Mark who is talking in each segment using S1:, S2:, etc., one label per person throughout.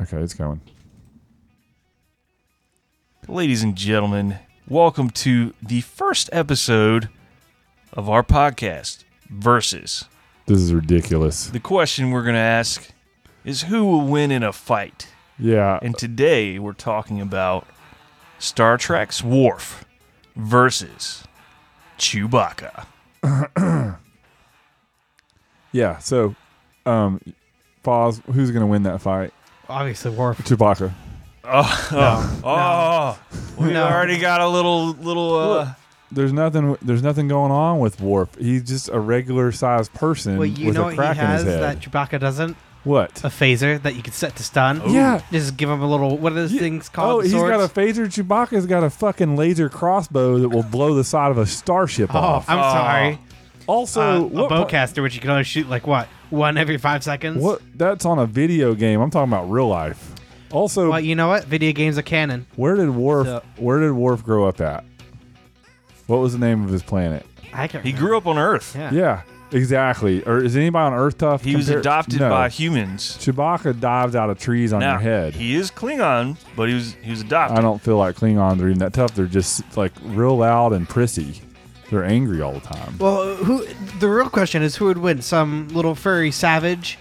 S1: Okay, it's going.
S2: Ladies and gentlemen, welcome to the first episode of our podcast, Versus.
S1: This is ridiculous.
S2: The question we're going to ask is who will win in a fight?
S1: Yeah.
S2: And today we're talking about Star Trek's Worf versus Chewbacca.
S1: Yeah. So, um, Foz, who's going to win that fight?
S3: Obviously, Worf.
S1: Chewbacca.
S2: Oh, oh, we
S3: No.
S2: already got a little, little, uh,
S1: There's nothing. There's nothing going on with Worf. He's just a regular sized person
S3: Well, you
S1: with
S3: know
S1: a
S3: what
S1: crack
S3: he has
S1: in his head.
S3: that Chewbacca doesn't?
S1: what?
S3: A phaser that you could set to stun.
S2: Ooh.
S1: Oh. Yeah.
S3: Just give him a little. What are those
S1: Yeah.
S3: things
S1: Oh,
S3: called?
S1: he's
S3: Swords?
S1: got a phaser. Chewbacca's got a fucking laser crossbow that will blow the side of a starship
S3: Oh,
S1: off.
S3: I'm
S2: Oh.
S3: sorry.
S1: also,
S3: Uh,
S1: what
S3: a
S1: par-
S3: bowcaster, which you can only shoot like what one every five seconds.
S1: What? That's on a video game. I'm talking about real life. Also,
S3: Well, you know what? Video games are canon.
S1: where did Worf?
S3: So-
S1: where did Worf grow up at? What was the name of his planet?
S3: I can't.
S2: he grew up on Earth.
S3: Yeah.
S1: Yeah, exactly. Or is anybody on Earth tough?
S2: He was
S1: compared-
S2: adopted
S1: No.
S2: by humans.
S1: Chewbacca dives out of trees on
S2: now,
S1: your head.
S2: He is Klingon, but he was he was adopted.
S1: I don't feel like Klingons are even that tough. They're just like real loud and prissy. They're angry all the time.
S3: Well, who? The real question is who would win? Some little furry savage,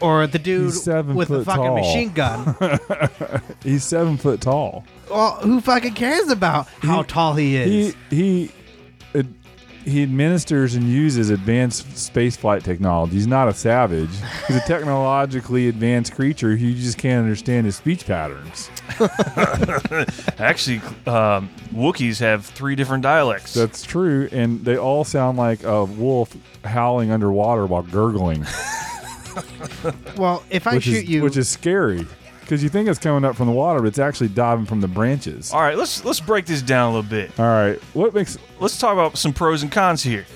S3: or the dude
S1: He's seven
S3: with the
S1: foot
S3: fucking
S1: tall.
S3: machine gun?
S1: He's seven foot tall.
S3: well, who fucking cares about how
S1: He-
S3: tall he is?
S1: He he ad- he administers and uses advanced space flight technology. He's not a savage. He's a technologically advanced creature who you just can't understand his speech patterns.
S2: Actually, um, Wookiees have three different dialects.
S1: That's true, and they all sound like a wolf howling underwater while gurgling,
S3: well, if I
S1: which
S3: shoot
S1: is
S3: you,
S1: which is scary because you think it's coming up from the water, but it's actually diving from the branches.
S2: All right, let's let's break this down a little bit.
S1: All right, what makes
S2: Let's talk about some pros and cons here.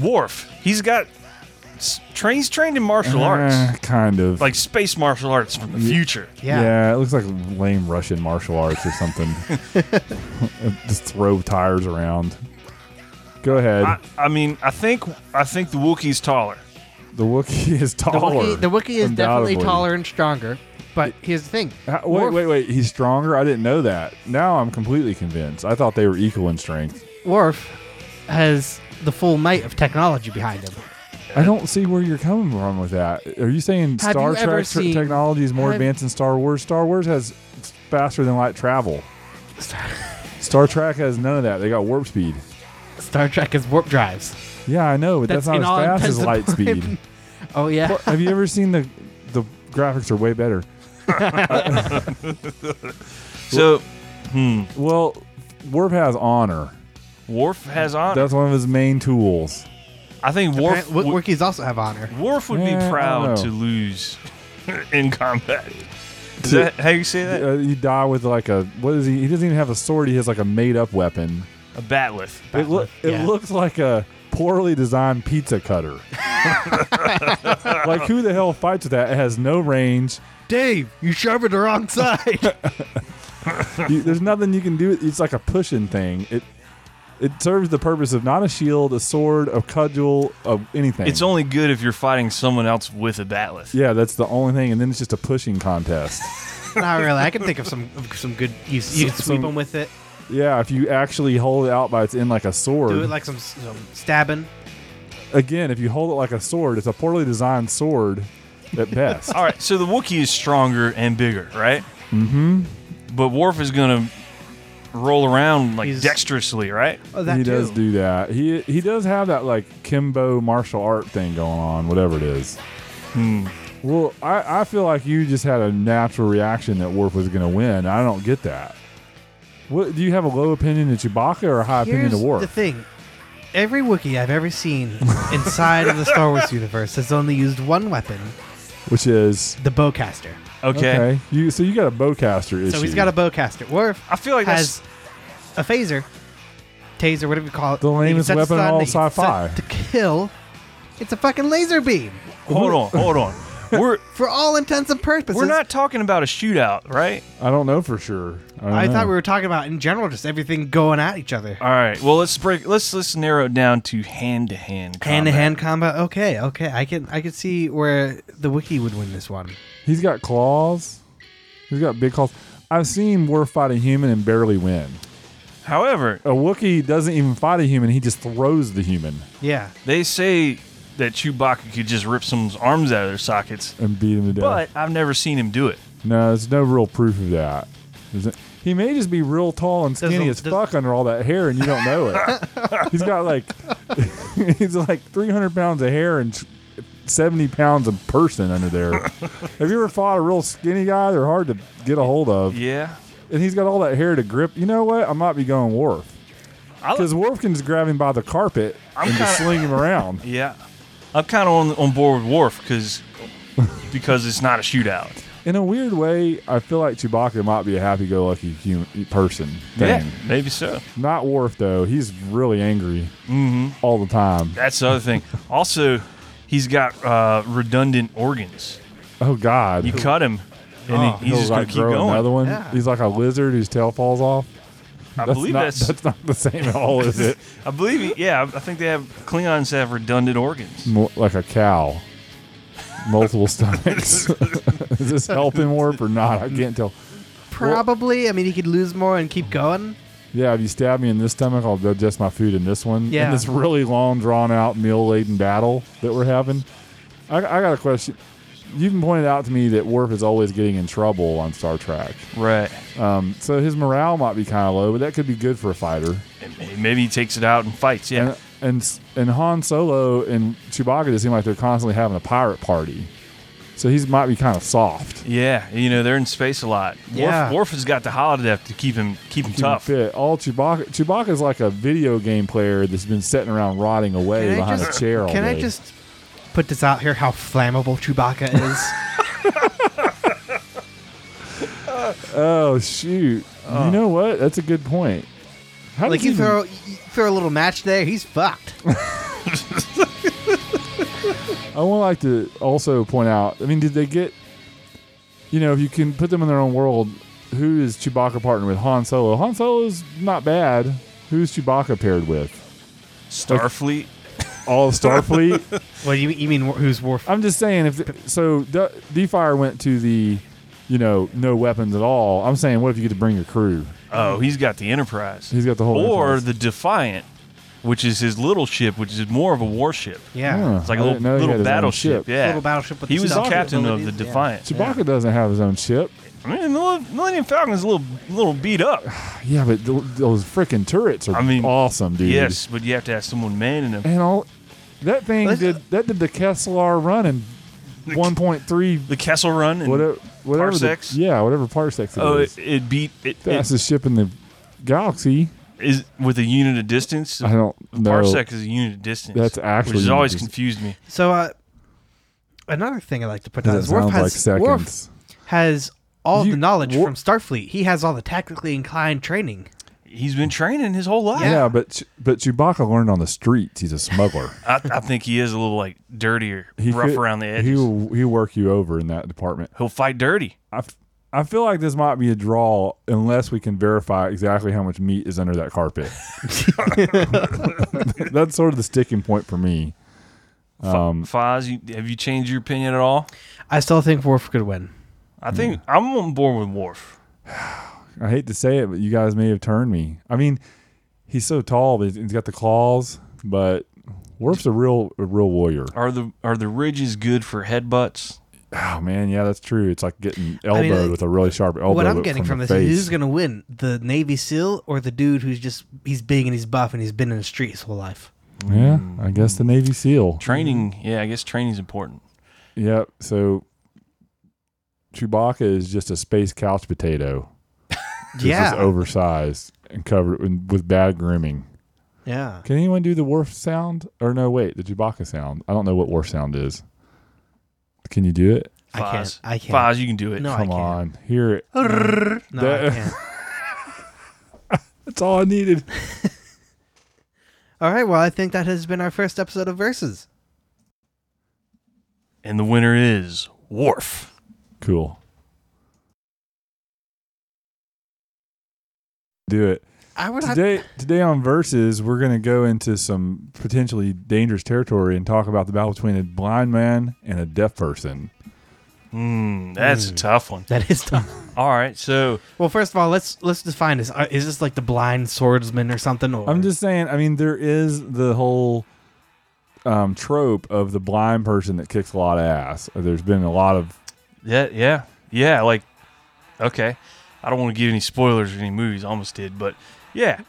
S2: Worf, he's got s- train, he's trained in martial
S1: Eh,
S2: arts,
S1: kind of
S2: like space martial arts from the future.
S3: yeah.
S1: it looks like lame Russian martial arts or something. Just throw tires around. Go ahead.
S2: I, I mean, I think I think the Wookiee's taller.
S1: the Wookiee is
S3: The
S1: taller.
S3: Wookiee, the Wookiee is definitely
S1: undoubtedly.
S3: taller and stronger. But here's the thing.
S1: Uh, Wait,
S3: Worf,
S1: wait, wait. He's stronger? I didn't know that. Now I'm completely convinced. I thought they were equal in strength.
S3: Worf has the full might of technology behind him.
S1: I don't see where you're coming from with that. Are you saying
S3: Have
S1: Star
S3: you ever
S1: Trek
S3: seen-
S1: technology is more
S3: have-
S1: advanced than Star Wars? Star Wars has faster than light travel. Star Trek has none of that. They got warp speed.
S3: Star Trek is warp drives.
S1: Yeah, I know, but that's,
S3: That's in
S1: not
S3: all
S1: as fast as
S3: intents and
S1: light speed.
S3: purposes. Oh yeah.
S1: Well, have you ever seen the the graphics are way better?
S2: So, hmm,
S1: Well, Worf has honor.
S2: Worf has honor.
S1: That's one of his main tools.
S2: I think Worf
S3: Apparently,
S2: would-
S3: Wookiees also have honor.
S2: Worf would be
S1: Eh, I
S2: proud
S1: don't
S2: to
S1: know.
S2: lose in combat. Is
S1: To-
S2: that how you say that?
S1: Uh, you die with like a what is he? He doesn't even have a sword. He has like a made up weapon.
S2: A batleth.
S1: It, loo-
S3: yeah.
S1: it looks like a poorly designed pizza cutter. like who the hell fights with that? It has no range.
S3: Dave, you sharpened the wrong side.
S1: You- there's nothing you can do. It's like a pushing thing. It it serves the purpose of not a shield, a sword, a cudgel, of anything.
S2: It's only good if you're fighting someone else with a batleth.
S1: yeah, that's the only thing. And then it's just a pushing contest.
S3: Not really. I can think of some of some good use. You
S1: S-
S3: can sweep
S1: some-
S3: him with it.
S1: Yeah, if you actually hold it out by its end like a sword.
S3: Do it like some, some stabbing.
S1: Again, if you hold it like a sword, it's a poorly designed sword at best.
S2: All right, so the Wookiee is stronger and bigger, right? Mm-hmm. But Worf is gonna roll around like
S3: He's-
S2: dexterously, right?
S3: Oh, that
S1: he
S3: too.
S1: does do that. He he does have that like Kimbo martial art thing going on, whatever it is.
S3: Hmm.
S1: Well, I, I feel like you just had a natural reaction that Worf was going to win. I don't get that. What do you have a low opinion of Chewbacca or a high
S3: Here's
S1: opinion of Worf?
S3: the thing. Every Wookiee I've ever seen inside of the Star Wars universe has only used one weapon,
S1: Which is
S3: the bowcaster.
S2: Okay.
S1: You so you got a bowcaster issue.
S3: So he's got a bowcaster. Worf
S2: I feel like that's
S3: has a phaser, taser, whatever you call it.
S1: The
S3: that you
S1: lamest
S3: set to
S1: weapon in
S3: stun,
S1: all
S3: that you set
S1: sci-fi.
S3: To kill, it's a fucking laser beam.
S2: hold on, hold on. We're
S3: For all intents and purposes,
S2: we're not talking about a shootout, right?
S1: I don't know for sure. I, don't
S3: I
S1: know.
S3: thought we were talking about in general, just everything going at each other.
S1: Uh,
S2: All right. Well, let's break. Let's let's narrow it down to hand to hand.
S3: Hand to hand combat. Okay, okay. I can I can see where the wiki would win this one.
S1: He's got claws. He's got big calls. I've seen Worf fight a human and barely win.
S2: However,
S1: A Wookiee doesn't even fight a human; he just throws the human
S3: Yeah.
S2: they say that Chewbacca could just rip someone's arms out of their sockets,
S1: and beat him to death.
S2: but I've never seen him do it.
S1: no, there's no real proof of that. There's no- He may just be real tall and skinny
S3: a-
S1: as
S3: does-
S1: fuck under all that hair, and you don't know it. he's got like he's like 300 pounds of hair and 70 pounds of person under there. Have you ever fought a real skinny guy? They're hard to get a hold of.
S2: Yeah.
S1: and he's got all that hair to grip. You know what? I might be going Worf
S2: I
S1: because Worf can just grab him by the carpet and just sling him around.
S2: Yeah. I'm kind of on, on board with Worf because because it's not a shootout.
S1: In a weird way, I feel like Chewbacca might be a happy-go-lucky human person thing.
S2: maybe so.
S1: Not Worf though. He's really angry
S2: Mm-hmm.
S1: all the time.
S2: That's the other thing. Also, he's got uh, redundant organs.
S1: Oh God.
S2: You cut him, and
S3: Oh,
S2: he, he's just gonna
S1: like
S2: keep
S1: grow
S2: going.
S1: another one.
S3: Yeah.
S1: He's like a lizard whose tail falls off.
S2: I
S1: that's
S2: believe
S1: not,
S2: that's.
S1: that's not the same at all, is it?
S2: I believe. He, yeah, I think they have Klingons have redundant organs.
S1: Mo- like a cow. Multiple stomachs. is this helping Worf or not? I can't tell.
S3: Probably. I mean, he could lose more and keep going.
S1: Yeah, if you stab me in this stomach, I'll digest my food in this one.
S3: Yeah.
S1: In this really long, drawn out, meal laden battle that we're having. I, I got a question. You've been pointed out to me that Worf is always getting in trouble on Star Trek.
S2: Right.
S1: Um, so his morale might be kind of low, but that could be good for a fighter.
S2: And may- maybe he takes it out and fights. Yeah.
S1: And, and and Han Solo and Chewbacca just seem like they're constantly having a pirate party. So he's might be kind of soft.
S2: yeah. You know they're in space a lot.
S3: Yeah.
S2: Worf, Worf has got the holiday death to keep him keep him
S1: Keep him
S2: tough.
S1: Fit. All Chewbacca Chewbacca's like a video game player that's been sitting around rotting away
S3: Can I
S1: behind
S3: just,
S1: a chair all
S3: can I
S1: day.
S3: just put this out here how flammable Chewbacca is?
S1: Oh shoot! You know what? That's a good point. How
S3: like
S1: does
S3: you
S1: he-
S3: throw you throw a little match there, he's fucked.
S1: I would like to also point out. I mean, did they get? You know, if you can put them in their own world, who is Chewbacca partnered with? Han Solo. Han Solo's not bad. Who's Chewbacca paired with?
S2: Starfleet.
S1: All of Starfleet.
S3: Well, you you mean wh- who's Worf?
S1: I'm just saying. If so, D- Defire went to the, you know, no weapons at all. I'm saying, what if you get to bring your crew?
S2: Oh, he's got the Enterprise.
S1: He's got the whole
S2: Or
S1: Enterprise.
S2: the Defiant, which is his little ship, which is more of a warship.
S3: Yeah.
S1: Huh.
S2: It's like
S1: I
S2: a
S1: didn't know
S2: little,
S1: he had his
S2: little
S1: own
S2: battleship.
S1: ship.
S2: Yeah.
S3: Little battleship with
S2: he
S3: the
S2: was the
S3: stuff.
S2: captain of the
S3: Abilities, yeah.
S2: Defiant.
S1: Chewbacca doesn't have his own ship.
S2: I mean, the Mil- Millennium Falcon is a little, little beat up.
S1: Yeah, but th- those freaking turrets are
S2: I mean,
S1: awesome, dude.
S2: Yes, but you have to have someone manning them.
S1: and all that thing
S3: Let's-
S1: did that did the Kessler run in
S2: The-
S1: 1.3
S2: The Kessel Run and
S1: whatever whatever the-
S2: parsecs?
S1: yeah whatever parsecs it
S2: oh,
S1: is.
S2: it, it beat it, it
S1: fastest ship in the galaxy
S2: is with a unit of distance.
S1: I don't know
S2: Parsec is a unit of distance.
S1: That's actually
S2: which has always
S1: just-
S2: confused me.
S3: So uh, another thing I like to put down
S1: that
S3: is Worf
S1: sounds
S3: has
S1: like
S3: Worf
S1: seconds
S3: has all
S1: You-
S3: the knowledge
S1: Wor-
S3: from Starfleet. He has all the tactically inclined training.
S2: He's been training his whole life.
S1: yeah. but Ch- but Chewbacca learned on the streets he's a smuggler
S2: I, I think he is a little like dirtier, rough
S1: could-
S2: around the edges.
S1: he
S2: He'll,
S1: will- he'll work you over in that department
S2: fight dirty.
S1: I, f- I feel like this might be a draw unless we can verify exactly how much meat is under that carpet. That's sort of the sticking point for me.
S2: Um, Foz, you, have you changed your opinion at all?
S3: I still think Worf could win.
S2: I think I'm on board with Worf.
S1: I hate to say it, but you guys may have turned me. I mean, he's so tall, but he's got the claws. But Worf's a real, a real warrior.
S2: Are the are the ridges good for headbutts?
S1: Oh man, yeah, that's true. It's like getting elbowed
S3: mean, like,
S1: with a really sharp elbow.
S3: what I'm
S1: with-
S3: getting from,
S1: the
S3: this is who's
S1: face.
S3: going to win, the Navy SEAL or the dude who's just he's big and he's buff and he's been in the street his whole life.
S1: yeah, I guess the Navy SEAL.
S2: Mm. Training, yeah, I guess training's important.
S1: Yep. So Chewbacca is just a space couch potato. It's just
S3: yeah,
S1: oversized and covered in, with bad grooming.
S3: yeah.
S1: Can anyone do the Worf sound? Or no, wait, the Chewbacca sound. I don't know what Worf sound is. Can you do it?
S3: I can't-
S2: Foz.
S3: I can't.
S2: Foz, you can do it.
S3: No, I
S1: Come
S3: can't.
S1: on, hear it.
S3: No, I
S1: That-
S3: can't.
S1: That's all I needed.
S3: All right, well, I think that has been our first episode of Versus.
S2: And the winner is Worf.
S1: Cool. Do it.
S3: I would have
S1: Today today on Versus, we're gonna go into some potentially dangerous territory and talk about the battle between a blind man and a deaf person.
S2: Mm, that's a tough one.
S3: that is tough.
S2: All right, so
S3: Well, first of all, let's let's define this. Uh, Is this like the blind swordsman or something? Or
S1: I'm just saying. I mean, there is the whole um, trope of the blind person that kicks a lot of ass. There's been a lot of
S2: yeah, yeah, yeah. Like, okay, I don't want to give any spoilers or any movies. I almost did, but yeah,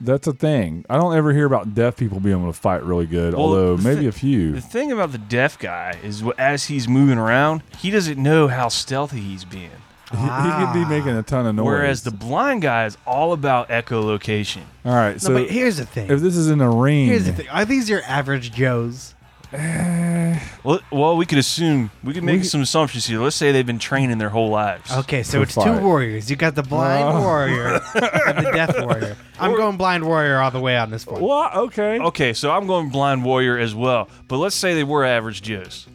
S1: that's a thing. I don't ever hear about deaf people being able to fight really good,
S2: Well,
S1: although
S2: the
S1: maybe
S2: thi-
S1: a few.
S2: The thing about the deaf guy is wh- as he's moving around, he doesn't know how stealthy he's being.
S1: He- he, could
S3: Ah.
S1: be making a ton of noise.
S2: Whereas the blind guy is all about echolocation.
S1: all right,
S3: no,
S1: so
S3: but here's the
S1: if
S3: thing.
S1: this is in a ring,
S3: Here's the thing. Are these your average Joes?
S2: Well, well, we could assume, we could make
S1: We-
S2: some assumptions here. Let's say they've been training their whole lives.
S3: Okay, so
S1: For
S3: it's
S1: fight.
S3: two warriors. You got the blind
S1: Oh.
S3: warrior and the deaf warrior. I'm going blind warrior all the way on this one.
S1: What? Okay.
S3: Oh.
S2: Okay, so I'm going blind warrior as well. But let's say they were average Joes.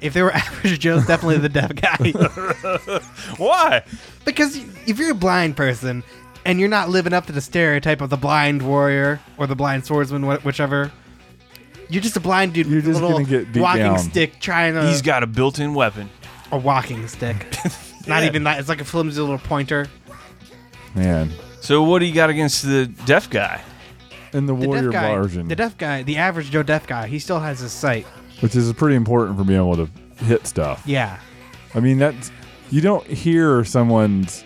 S3: If they were average Joes, definitely the deaf guy.
S2: Why?
S3: Because if you're a blind person and you're not living up to the stereotype of the blind warrior or the blind swordsman, wh- whichever, you're just a blind dude
S1: You're
S3: with
S1: just
S3: a little
S1: gonna get beat
S3: walking
S1: down.
S3: stick trying
S1: Uh,
S3: to.
S2: He's got a built-in weapon.
S3: a walking stick. not
S2: Yeah.
S3: even that. It's like a flimsy little pointer.
S1: Man,
S2: So what do you got against the deaf guy?
S1: in the,
S3: The
S1: warrior
S3: deaf guy,
S1: version,
S3: the deaf guy, the average Joe deaf guy, he still has his sight.
S1: which is pretty important for being able to hit stuff.
S3: Yeah.
S1: I mean, that's you don't hear someone's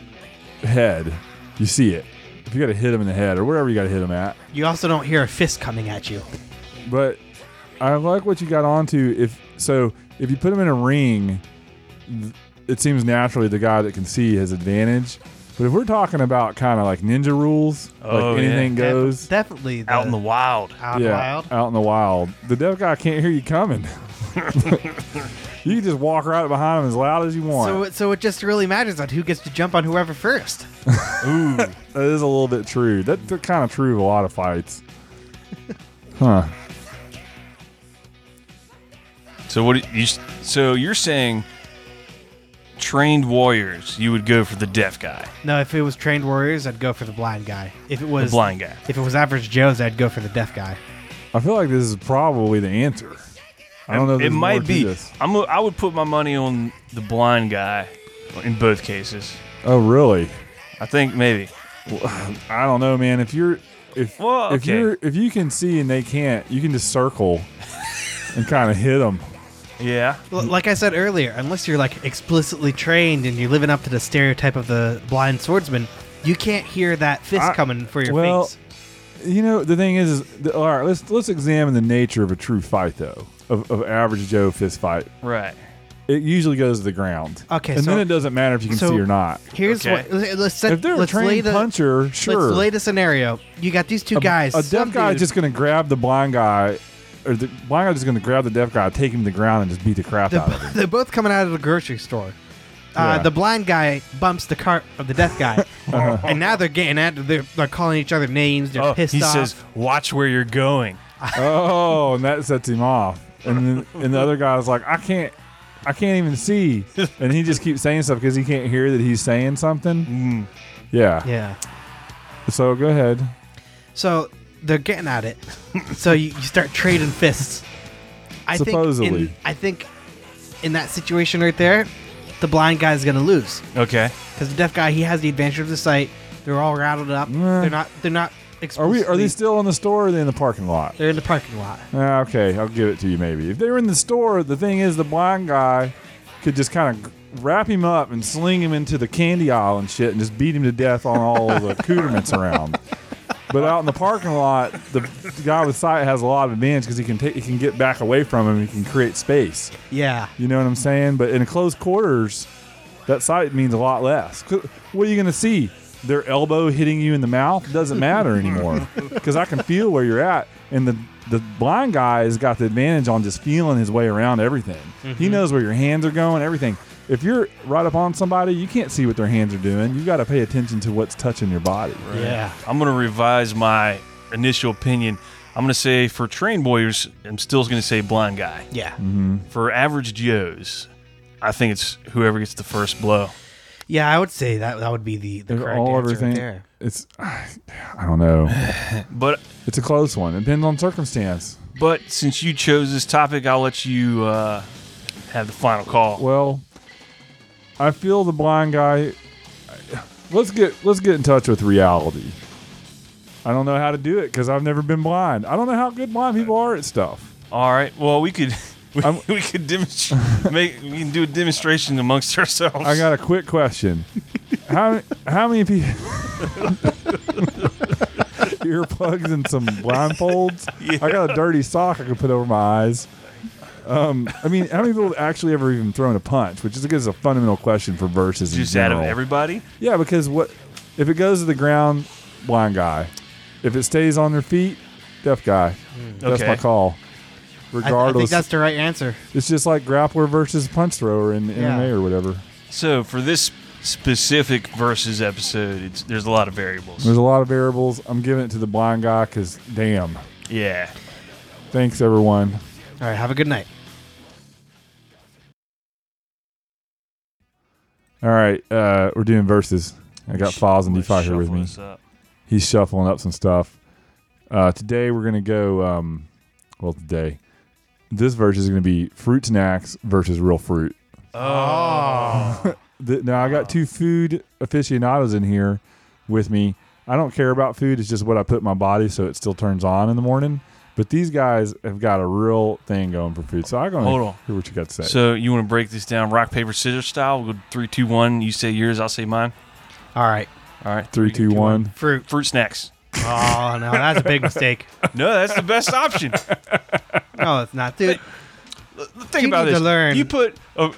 S1: head, you see it. If you got to hit them in the head or wherever you got to hit them at,
S3: You also don't hear a fist coming at you.
S1: but I like what you got onto. If so, if you put them in a ring, th- it seems naturally the guy that can see has advantage. But if we're talking about kind of like ninja rules,
S2: Oh,
S1: like
S2: yeah.
S1: anything
S3: Def-
S1: goes,
S3: definitely the,
S2: Out
S1: Uh,
S2: in the wild.
S3: out
S1: yeah,
S3: loud.
S1: out in the wild, the deaf guy can't hear you coming. you can just walk right behind him as loud as you want.
S3: So, it- so it just really matters on who gets to jump on whoever first.
S2: Ooh.
S1: That is a little bit true. That's kind of true of a lot of fights. Huh.
S2: So what do you? So you're saying trained warriors? You would go for the deaf guy,
S3: No, if it was trained warriors, I'd go for the blind guy. If it
S2: the
S3: was
S2: blind guy.
S3: if it was average Joe's, I'd go for the deaf guy.
S1: I feel like this is probably the answer. I don't know. If
S2: It
S1: there's more
S2: might
S1: to
S2: be.
S1: This.
S2: I'm. a- I would put my money on the blind guy in both cases.
S1: Oh, really?
S2: I think maybe.
S1: I don't know, man. If you're if
S2: Well,
S1: if
S2: okay.
S1: you're if you can see and they can't, you can just circle and kind of hit them.
S2: Yeah.
S3: L-
S1: Mm.
S3: like I said earlier, unless you're like explicitly trained and you're living up to the stereotype of the blind swordsman, you can't hear that fist
S1: I-
S3: coming for your
S1: well-
S3: face.
S1: You know, the thing is, is the, all right. Let's let's examine the nature of a true fight, though. Of, of average Joe fist fight,
S2: Right.
S1: it usually goes to the ground.
S3: Okay,
S1: and
S3: so-
S1: then it doesn't matter if you can
S3: so-
S1: see or not.
S3: Here's
S2: Okay.
S3: what let- let's set,
S1: If they're a
S3: let's lay
S1: trained
S3: the
S1: puncher, sure.
S3: let's lay the scenario. You got these two
S1: a-
S3: guys.
S1: A
S3: some
S1: deaf guy
S3: dude-
S1: is just gonna grab the blind guy, or the blind guy is gonna grab the deaf guy, take him to the ground, and just beat the crap
S3: they're,
S1: out of
S3: bo-
S1: him.
S3: they're both coming out of the grocery store. Uh,
S1: Yeah. Uh-huh.
S3: The blind guy bumps the cart of the deaf guy, and now they're getting at they're, they're calling each other names. They're
S2: Oh,
S3: pissed
S2: he
S3: off.
S2: says, "Watch where you're going."
S1: oh, and that sets him off. And then and the other guy's like, I can't, I can't even see, and he just keeps saying stuff because he can't hear that he's saying something.
S2: Mm,
S1: Yeah.
S3: yeah.
S1: So go ahead.
S3: So they're getting at it. so you, you start trading fists. I Think in,
S1: Supposedly.
S3: I think in that situation right there, the blind guy's gonna lose
S2: Okay.
S3: because the deaf guy he has the advantage of the sight. They're all rattled up.
S1: Nah.
S3: They're not. They're
S1: Are
S3: not.
S1: we? Are
S3: explicitly-
S1: they still in the store? Or are they in the parking lot?
S3: They're in the parking lot.
S1: Ah, okay, I'll give it to you maybe. If they were in the store, the thing is, the blind guy could just kind of wrap him up and sling him into the candy aisle and shit and just beat him to death on all the accoutrements around. But out in the parking lot, the guy with sight has a lot of advantage because he can take, he can get back away from him. and He can create space.
S3: Yeah.
S1: You know what I'm saying? But in close quarters, that sight means a lot less. 'Cause What are you going to see? Their elbow hitting you in the mouth doesn't matter anymore because I can feel where you're at. And the, the blind guy has got the advantage on just feeling his way around everything.
S3: Mm-hmm.
S1: He knows where your hands are going, everything. If you're right up on somebody, you can't see what their hands are doing. You got to pay attention to what's touching your body.
S3: Yeah.
S2: I'm gonna revise my initial opinion. I'm gonna say for trained warriors, I'm still gonna say blind guy.
S3: Yeah.
S1: Mm-hmm.
S2: For average Joes, I think it's whoever gets the first blow.
S3: Yeah. I would say that that would be the the
S1: If
S3: correct
S1: all
S3: answer
S1: everything,
S3: right there.
S1: it's I don't know.
S2: But
S1: It's a close one. It depends on circumstance.
S2: But since you chose this topic, I'll let you uh, have the final call.
S1: Well, I feel the blind guy. Let's get let's get in touch with reality. I don't know how to do it because I've never been blind. I don't know how good blind people are at stuff.
S2: All right. Well, we could we,
S1: I'm-
S2: we could demonstrate. make we can do a demonstration amongst ourselves.
S1: I got a quick question. How how many people earplugs and some blindfolds? I got a dirty sock I could put over my eyes. Um, I mean, how many people have actually ever even thrown a punch? Which is I guess, a fundamental question for verses. in
S2: just out of
S1: general.
S2: everybody.
S1: Yeah, because what if it goes to the ground, blind guy. If it stays on their feet, deaf guy. That's
S2: Okay.
S1: my call.
S3: I, I think
S1: Regardless,
S3: that's the right answer.
S1: it's just like grappler versus punch thrower in
S3: Yeah.
S1: MMA or whatever.
S2: So for this specific versus episode, it's, there's a lot of variables.
S1: There's a lot of variables. I'm giving it to the blind guy because damn.
S2: yeah.
S1: Thanks everyone.
S3: All right, have a good night.
S1: All right, uh, we're doing verses. I got Files and D5 here with me. He's shuffling up some stuff. Uh, today we're gonna go. Um, well, today this verse is gonna be fruit snacks versus real fruit.
S2: Oh.
S1: The, now I got two food aficionados in here with me. I don't care about food; it's just what I put in my body, so it still turns on in the morning. But these guys have got a real thing going for food, so I'm gonna
S2: Hold on.
S1: hear what you got to say.
S2: So you want to break this down rock paper scissors style? We'll go three, two, one. You say yours, I'll say mine.
S3: All right,
S2: All right.
S1: Three, two, one.
S3: fruit.
S2: Fruit snacks.
S3: Oh no, that's a big mistake.
S2: No, that's the best option.
S3: No, it's not, dude.
S2: Think
S3: You
S2: about
S3: need to
S2: this.
S3: learn.
S2: You put oh,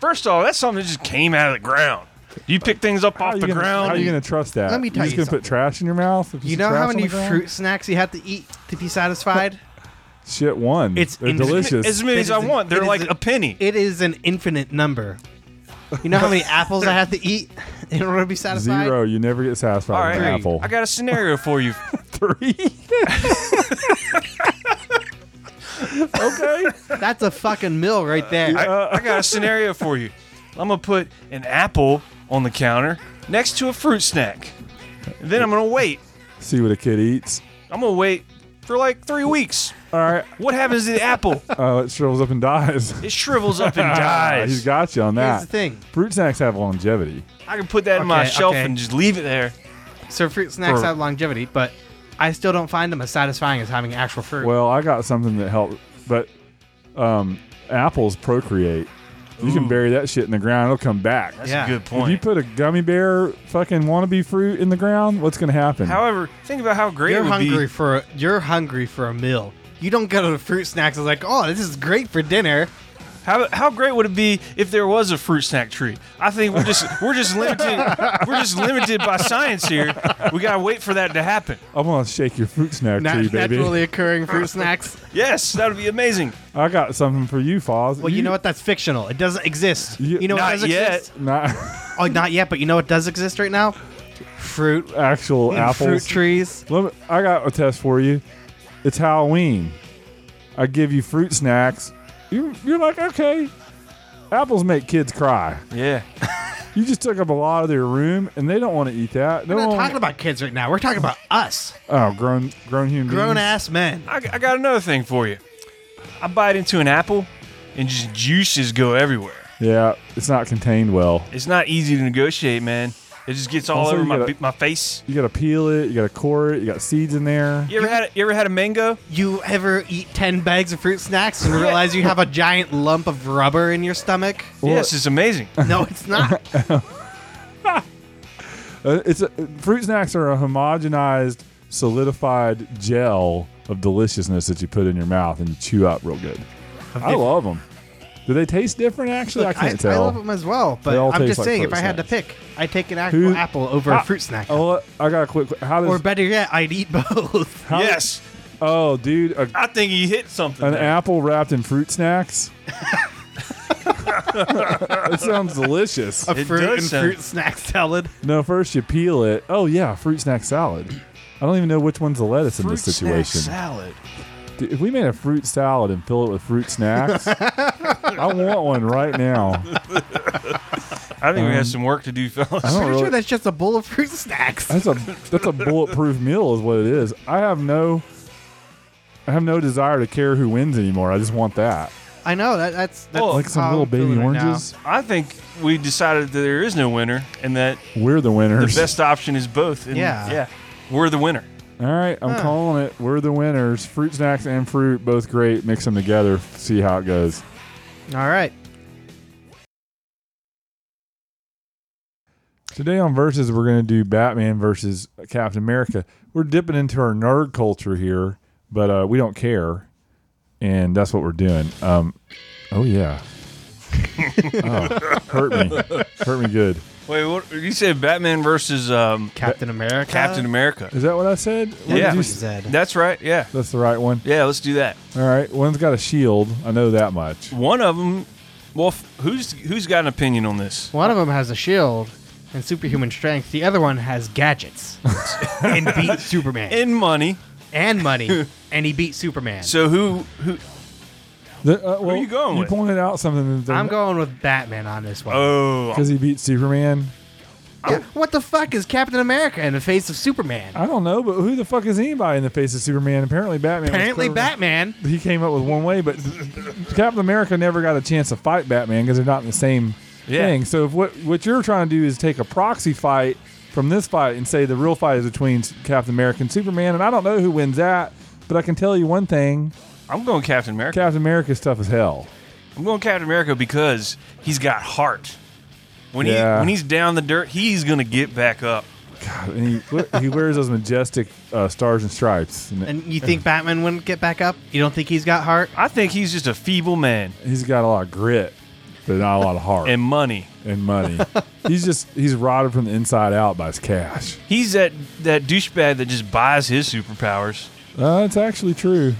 S2: first off, that's something that just came out of the ground. You pick things up
S1: How
S2: off
S1: are you
S2: the
S1: gonna,
S2: ground.
S1: How are you
S2: and-
S1: gonna trust that?
S3: Let me tell
S1: you just
S3: you
S1: gonna put
S3: something.
S1: trash in your mouth. if
S3: You
S1: there's
S3: know how
S1: trash on
S3: many
S1: the ground?
S3: fruit snacks you have to eat to be satisfied?
S1: Shit, one.
S3: It's
S1: They're
S3: infinite-
S1: delicious.
S2: as many
S3: It
S2: as I
S3: is a-
S2: want. They're
S3: it is
S2: like
S3: a-
S2: a penny.
S3: It is an infinite number. You know how many apples I have to eat in order to be satisfied?
S1: Zero. You never get satisfied
S2: All right.
S1: with an
S3: Three.
S1: apple.
S2: I got a scenario for you.
S1: three. okay.
S3: That's a fucking mill right there.
S2: I, I got a scenario for you. I'm gonna put an apple on the counter next to a fruit snack. And then I'm gonna wait.
S1: See what a kid eats.
S2: I'm gonna wait for like three weeks.
S1: All right.
S2: What happens to the apple?
S1: Oh, it shrivels up and dies.
S2: It shrivels up and
S1: Ah, He's
S2: dies.
S1: got you on
S3: Here's
S1: that.
S3: the thing.
S1: Fruit snacks have longevity.
S2: I can put that in my
S3: Okay,
S2: shelf
S3: okay.
S2: and just leave it there.
S3: So fruit snacks
S2: Fruit.
S3: have longevity, but I still don't find them as satisfying as having actual fruit.
S1: Well, I got something that helped, but um, apples procreate. You can
S2: Ooh.
S1: bury that shit in the ground; it'll come back.
S2: That's
S3: Yeah.
S2: a good
S1: If you
S2: point.
S1: put a gummy bear fucking wannabe fruit in the ground, what's gonna happen?
S2: However, think about how great
S3: you're
S2: it would
S3: hungry
S2: be.
S3: for a, you're hungry for a meal. You don't go to the fruit snacks and like, oh, this is great for dinner.
S2: How, how great would it be if there was a fruit snack tree? I think we're just we're just limited we're just limited by science here. We gotta wait for that to happen.
S1: I'm gonna shake your fruit snack
S3: Nat-
S1: tree, baby.
S3: naturally occurring fruit snacks.
S2: Yes, that would be amazing.
S1: I got something for you, Foz.
S3: Well, you, know what? That's fictional. It doesn't exist.
S1: You-
S3: You, know what
S2: Not
S3: does
S2: yet.
S3: exist?
S1: Not
S3: Oh, not yet. But you know what does exist right now? Fruit,
S1: actual
S3: fruit
S1: apples.
S3: trees.
S1: Let me, I got a test for you. It's Halloween. I give you fruit snacks. You, you're like, okay. Apples make kids cry.
S2: Yeah.
S1: You just took up a lot of their room, and they don't want to eat that. They
S3: We're not
S1: want,
S3: talking about kids right now. We're talking about us,
S1: oh, grown grown human
S3: grown
S1: beings.
S3: ass men.
S2: I, I got another thing for you. I bite into an apple and just juices go everywhere.
S1: Yeah, it's not contained well.
S2: It's not easy to negotiate, man. It just gets all
S1: Also,
S2: over
S1: you
S2: my,
S1: gotta-
S2: bi- my face.
S1: You got to peel it. You got to core it. You got seeds in there.
S2: You ever had a, you ever had a mango?
S3: You ever eat ten bags of fruit snacks and realize you have a giant lump of rubber in your stomach?
S2: Yes, it's amazing.
S3: No, it's not.
S1: Uh, it's a, fruit snacks are a homogenized, solidified gel of deliciousness that you put in your mouth and you chew up real good. I love them. Do they taste different? Actually, I
S3: Look,
S1: can't tell.
S3: I love them as well, but
S1: They all
S3: I'm
S1: taste
S3: just
S1: like
S3: saying,
S1: fruit
S3: if I had to
S1: snacks.
S3: pick, I'd take an actual
S1: Who-
S3: apple over
S1: Ah,
S3: a fruit snack.
S1: Oh, look, I got a quick. How does?
S3: or better yet, I'd eat both.
S1: how-
S2: yes.
S1: Oh, dude, a,
S2: I think you hit something.
S1: Uh-huh. an
S2: there.
S1: apple wrapped in fruit snacks. that sounds delicious.
S3: A
S2: It
S3: fruit
S2: does
S3: and
S2: sound-
S3: fruit snack salad.
S1: No, first you peel it. Oh yeah, fruit snack salad. I don't even know which one's the lettuce in
S2: Fruit
S1: this
S2: snack
S1: situation.
S2: salad.
S1: Dude, if we made a fruit salad and fill it with fruit snacks, I want one right now.
S2: I think we
S1: Um,
S2: have some work to do, fellas.
S1: I don't
S3: Pretty
S1: really.
S3: sure that's just a bowl of fruit snacks.
S1: That's a that's a bulletproof meal, is what it is. I have no, I have no desire to care who wins anymore. I just want that,
S3: I know that that's, that's
S2: Well,
S1: like some
S3: how
S1: little
S3: I'm
S1: baby
S3: feeling right now.
S1: oranges.
S2: I think we decided that there is no winner and that
S1: We're the
S2: the
S1: winners.
S2: best option is both. And
S3: Yeah.
S2: yeah, we're the winner.
S1: All right, I'm calling it. We're the winners. Fruit snacks and fruit, both great. Mix them together. See how it goes.
S3: All right.
S1: Today on Versus, we're going to do Batman versus Captain America. We're dipping into our nerd culture here, but uh, we don't care. And that's what we're doing. Um, oh, yeah. oh, hurt me. Hurt me good.
S2: Wait, what, you said Batman versus um,
S3: Captain America.
S2: Captain America.
S1: Is that what I said? What
S2: Yeah.
S1: did you
S3: What
S1: s-
S3: you said.
S2: That's right. Yeah.
S1: That's the right one.
S2: Yeah, let's do that.
S1: All right. One's got a shield. I know that much.
S2: One of them, well, f- who's who's got an opinion on this?
S3: One of them has a shield and superhuman strength. The other one has gadgets and beat Superman
S2: And money.
S3: and money, and he beat Superman.
S2: So who who?
S1: The, uh, well,
S2: you going
S1: You
S2: with?
S1: pointed out something.
S3: I'm going with Batman on this one.
S2: Oh,
S1: Because he beat Superman.
S3: Yeah, what the fuck is Captain America in the face of Superman?
S1: I don't know, but who the fuck is anybody in the face of Superman? Apparently, Batman. was
S3: Apparently,
S1: clever-
S3: Batman.
S1: he came up with one way, but Captain America never got a chance to fight Batman because they're not in the same
S2: Yeah.
S1: thing. So if what what you're trying to do is take a proxy fight from this fight and say the real fight is between Captain America and Superman, and I don't know who wins that, but I can tell you one thing:
S2: I'm going Captain America.
S1: Captain America's tough as hell.
S2: I'm going Captain America because he's got heart. When
S1: Yeah.
S2: he when he's down the dirt, he's gonna get back up.
S1: God, and he, he wears those majestic uh, stars and stripes, and,
S3: And you think Batman wouldn't get back up? You don't think he's got heart?
S2: I think he's just a feeble man
S1: he's got a lot of grit, but not a lot of heart
S2: and
S1: and,
S2: money.
S1: money. he's just he's rotted from the inside out by his cash.
S2: He's that that douchebag that just buys his superpowers.
S1: Uh, it's actually true.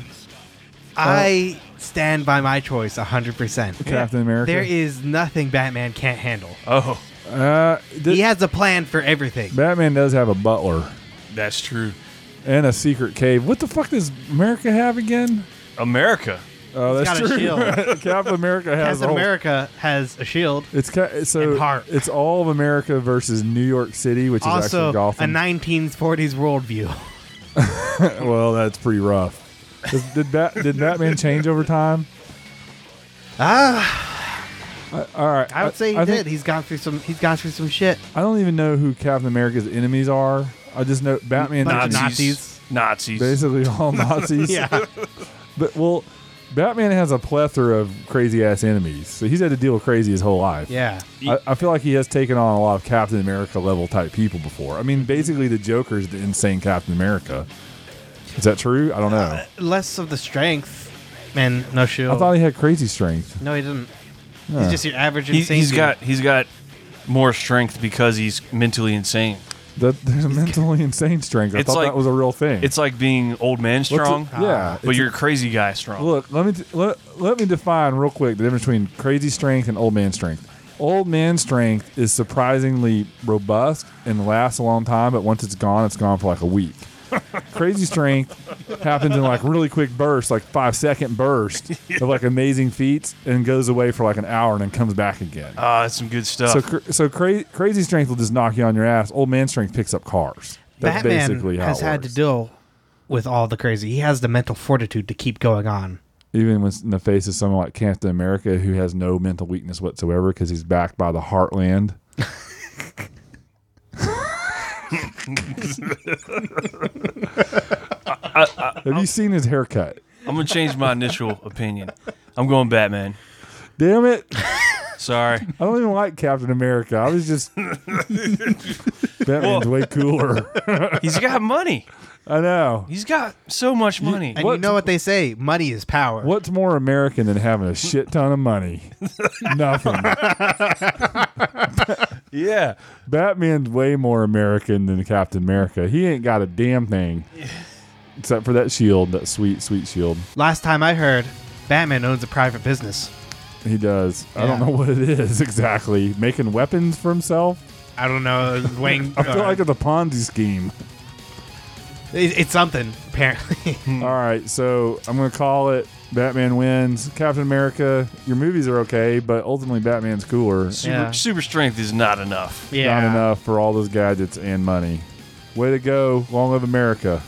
S1: Uh,
S3: I stand by my choice 100%.
S1: Captain America.
S3: There is nothing Batman can't handle.
S2: Oh,
S1: Uh, th-
S3: He has a plan for everything.
S1: Batman does have a butler
S2: that's true.
S1: and a secret cave. What the fuck does America have again?
S2: America.
S1: Oh,
S3: He's
S1: that's
S3: got a
S1: true. Captain America has
S3: As
S1: a whole-
S3: America has a shield,
S1: It's ca- so
S3: and heart.
S1: it's all of America versus New York City, which is actually
S3: also a
S1: Gotham.
S3: 1940s worldview.
S1: well, that's pretty rough. Does- did Bat- did Batman change over time?
S3: Ah,
S1: All right,
S3: I would say he
S1: I
S3: did.
S1: think-
S3: he's gone through some. He's gone through some shit.
S1: I don't even know who Captain America's enemies are. I just know Batman.
S3: Bunch of
S1: is
S2: Nazis. Nazis.
S1: basically all Nazis. but well, Batman has a plethora of crazy ass enemies, so he's had to deal with crazy his whole life.
S3: Yeah.
S1: I, I feel like he has taken on a lot of Captain America level type people before. I mean, basically, the Joker is the insane Captain America. Is that true? I don't know.
S2: Uh,
S3: Less of the strength, man. No shield.
S2: oh.
S1: I thought he had crazy strength.
S3: no, he didn't.
S1: Huh.
S3: He's just your average
S2: He,
S3: insane.
S2: he's
S3: dude.
S2: got he's got more strength because he's mentally insane.
S1: That there's a mentally insane strength. I
S2: It's
S1: thought
S2: like-
S1: that was a real thing.
S2: It's like being old man
S1: What's it-
S2: strong,
S1: yeah,
S2: but
S1: it's-
S2: you're crazy guy strong.
S1: Look, let me t- let, let me define real quick the difference between crazy strength and old man strength. Old man strength is surprisingly robust and lasts a long time, but once it's gone, it's gone for like a week. crazy strength happens in like really quick bursts, like five second bursts of like amazing feats, and goes away for like an hour and then comes back again.
S2: Ah, that's some good stuff.
S1: so cr- so cra- crazy strength will just knock you on your ass. Old man strength picks up cars. That's
S3: Batman
S1: basically how
S3: has
S1: it
S3: had to
S1: works.
S3: deal with all the crazy. He has the mental fortitude to keep going on.
S1: even when in the face of someone like Captain America who has no mental weakness whatsoever because he's backed by the heartland. Have you seen his haircut?
S2: I'm gonna change my initial opinion. I'm going Batman.
S1: Damn it!
S2: Sorry.
S1: I don't even like Captain America. I was just Batman's way cooler.
S2: He's got money.
S1: I know.
S2: He's got so much money.
S3: And
S1: What-
S3: you know what they say: money is power.
S1: What's more American than having a shit ton of money? Nothing.
S2: yeah.
S1: Batman's way more American than Captain America. He ain't got a damn thing except for that shield, that sweet, sweet shield.
S3: Last time I heard, Batman owns a private business.
S1: He does. I don't
S3: Yeah.
S1: know what it is exactly. Making weapons for himself.
S3: I don't know. it was Wayne, uh,
S1: I feel like it's a Ponzi scheme.
S3: it- it's something apparently.
S1: All right, so I'm gonna call it. Batman wins. Captain America. Your movies are okay, but ultimately Batman's cooler.
S2: Super,
S3: Yeah.
S2: super strength is not enough.
S3: yeah.
S1: Not enough for all those gadgets and money. Way to go! Long live America.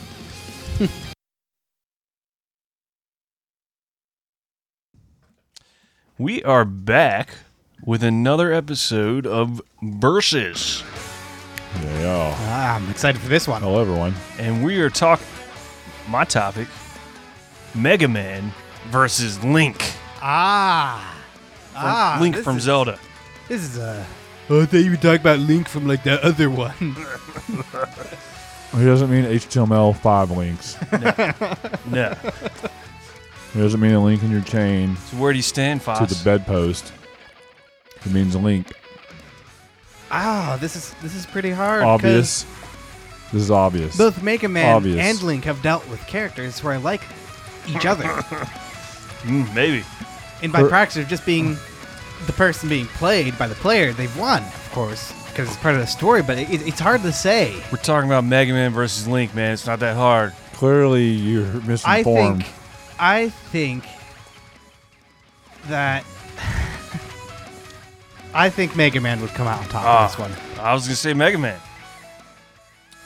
S2: We are back with another episode of Versus.
S1: Yeah.
S3: Ah, I'm excited for this one.
S1: Hello, everyone.
S2: And we are talking my topic Mega Man versus Link.
S3: Ah, ah,
S2: Link
S3: this
S2: from
S3: is-
S2: Zelda.
S3: This is a. Oh, I thought you were talking about Link from like the other one.
S1: He doesn't mean HTML5 links.
S2: No.
S1: He doesn't mean a link in your chain
S2: So where do you stand,
S1: to
S2: Fox?
S1: the bedpost. It means a link.
S3: Ah, this is this is pretty hard. 'cause
S1: Obvious. This is obvious.
S3: Both Mega Man
S1: Obvious.
S3: and Link have dealt with characters who are like each other,
S2: Mm, maybe.
S3: and by
S1: Her-
S3: proxy of just being the person being played by the player, they've won, of course, because it's part of the story. But it, it's hard to say.
S2: We're talking about Mega Man versus Link, man. It's not that hard.
S1: Clearly, you're
S3: I
S1: misinformed.
S3: think, I think that I think Mega Man would come out on top
S2: Ah.
S3: of this one.
S2: I was gonna say Mega Man.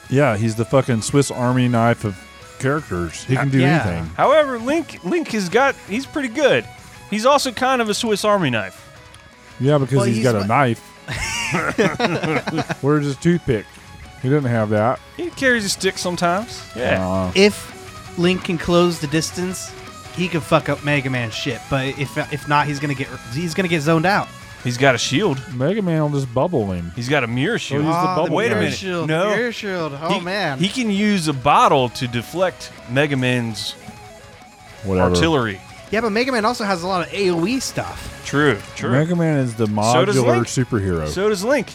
S1: yeah, he's the fucking Swiss Army knife of characters. He can do
S3: Yeah.
S1: anything.
S2: However, Link Link has got he's pretty good. He's also kind of a Swiss Army knife.
S1: Yeah, because
S3: Well,
S1: he's
S3: he's
S1: got a
S3: what-
S1: knife. Where's his toothpick? He didn't have that.
S2: He carries a stick sometimes. Yeah.
S1: Uh,
S3: If Link can close the distance, he can fuck up Mega Man's shit. But if if not, he's gonna get he's gonna get zoned out.
S2: He's got a shield.
S1: Mega Man will just bubble him.
S2: He's got a mirror
S1: Oh,
S2: shield.
S1: he's- the
S3: Ah,
S1: bubble
S2: Wait a
S3: mirror
S2: minute.
S3: Shield,
S2: No.
S3: the mirror shield. Oh
S2: he,
S3: man.
S2: He can use a bottle to deflect Mega Man's
S1: Whatever.
S2: artillery.
S3: yeah, but Mega Man also has a lot of AOE stuff.
S2: True. True.
S1: Mega Man is the
S2: So does
S1: modular
S2: Link.
S1: superhero.
S2: so does Link.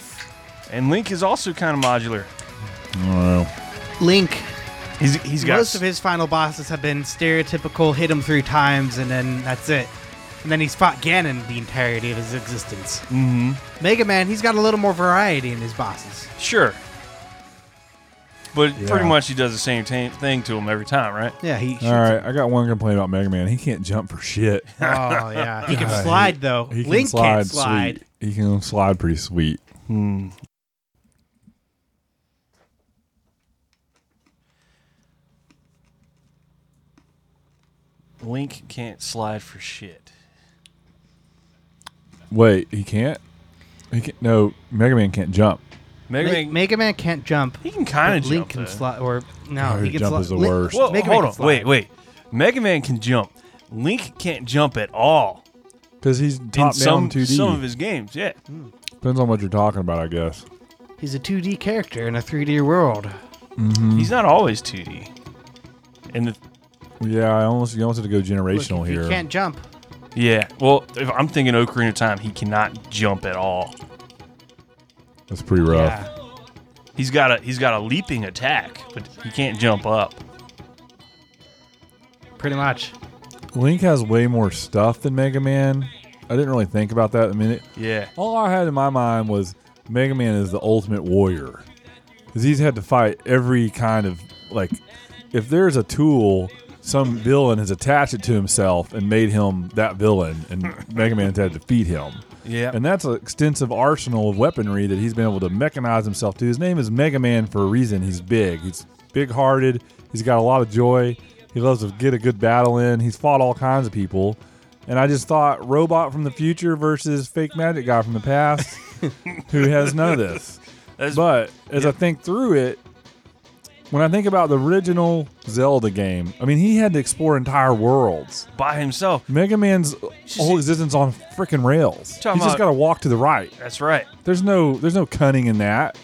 S2: And Link is also kind of modular.
S1: I don't know.
S3: Link.
S2: He's he's got
S3: Most of his final bosses have been stereotypical hit him three times and then that's it. And then he's fought Ganon the entirety of his existence.
S1: Mm-hmm.
S2: hmm
S3: Mega Man, he's got a little more variety in his bosses.
S2: Sure. But
S1: Yeah.
S2: pretty much he does the same ta- thing to him every time, right?
S3: Yeah, he.
S1: All right, I got one complaint about Mega Man. He can't jump for shit.
S3: Oh yeah, he can
S1: God, he-
S3: slide though.
S1: He can
S3: Link
S1: slide.
S3: not slide.
S1: Sweet. He can slide pretty sweet.
S2: Hmm. Link can't slide for shit.
S1: Wait, he can't. He can't. No, Mega Man can't jump.
S2: Mega
S3: Mega,
S2: Man,
S3: Mega Man can't jump.
S2: he can kind
S3: but
S2: of
S3: Link
S2: jump.
S3: can
S2: though.
S3: slide, or no,
S1: Oh,
S3: he can
S1: jump
S3: slide.
S1: is the
S3: Link-
S1: worst.
S2: Well,
S3: Mega Man
S2: hold
S3: can
S2: on.
S3: slide.
S2: Wait, wait. Mega Man can jump. Link can't jump at all
S1: Because he's
S2: in
S1: top
S2: some
S1: down 2D.
S2: some of his games. Yeah,
S1: Depends on what you're talking about, I guess.
S3: He's a 2D character in a 3D world. Mm-hmm.
S2: he's not always 2D. And the,
S1: Yeah, I almost you almost had to go
S3: Look,
S1: generational
S3: if
S1: here.
S3: He can't jump.
S2: yeah, well, if I'm thinking Ocarina of Time, he cannot jump at all.
S1: That's pretty rough.
S3: Yeah.
S2: He's got a he's got a leaping attack, but he can't jump up.
S3: Pretty much.
S1: Link has way more stuff than Mega Man. I didn't really think about that. I mean, it,
S2: Yeah.
S1: all I had in my mind was Mega Man is the ultimate warrior. Because he's had to fight every kind of, like, if there's a tool, some villain has attached it to himself and made him that villain, and Mega Man's had to defeat him.
S2: Yeah.
S1: And that's an extensive arsenal of weaponry that he's been able to mechanize himself to. His name is Mega Man for a reason. He's big. He's big hearted. He's got a lot of joy. He loves to get a good battle in. He's fought all kinds of people. And I just thought robot from the future versus fake magic guy from the past who has none of this.
S2: That's-
S1: but as I think through it, when I think about the original Zelda game, I mean, he had to explore entire worlds.
S2: by himself.
S1: Mega Man's
S2: see-
S1: whole existence on freaking rails.
S2: Talking
S1: He's just got
S2: about-
S1: to walk to the right.
S2: That's right.
S1: There's no there's no cunning in that.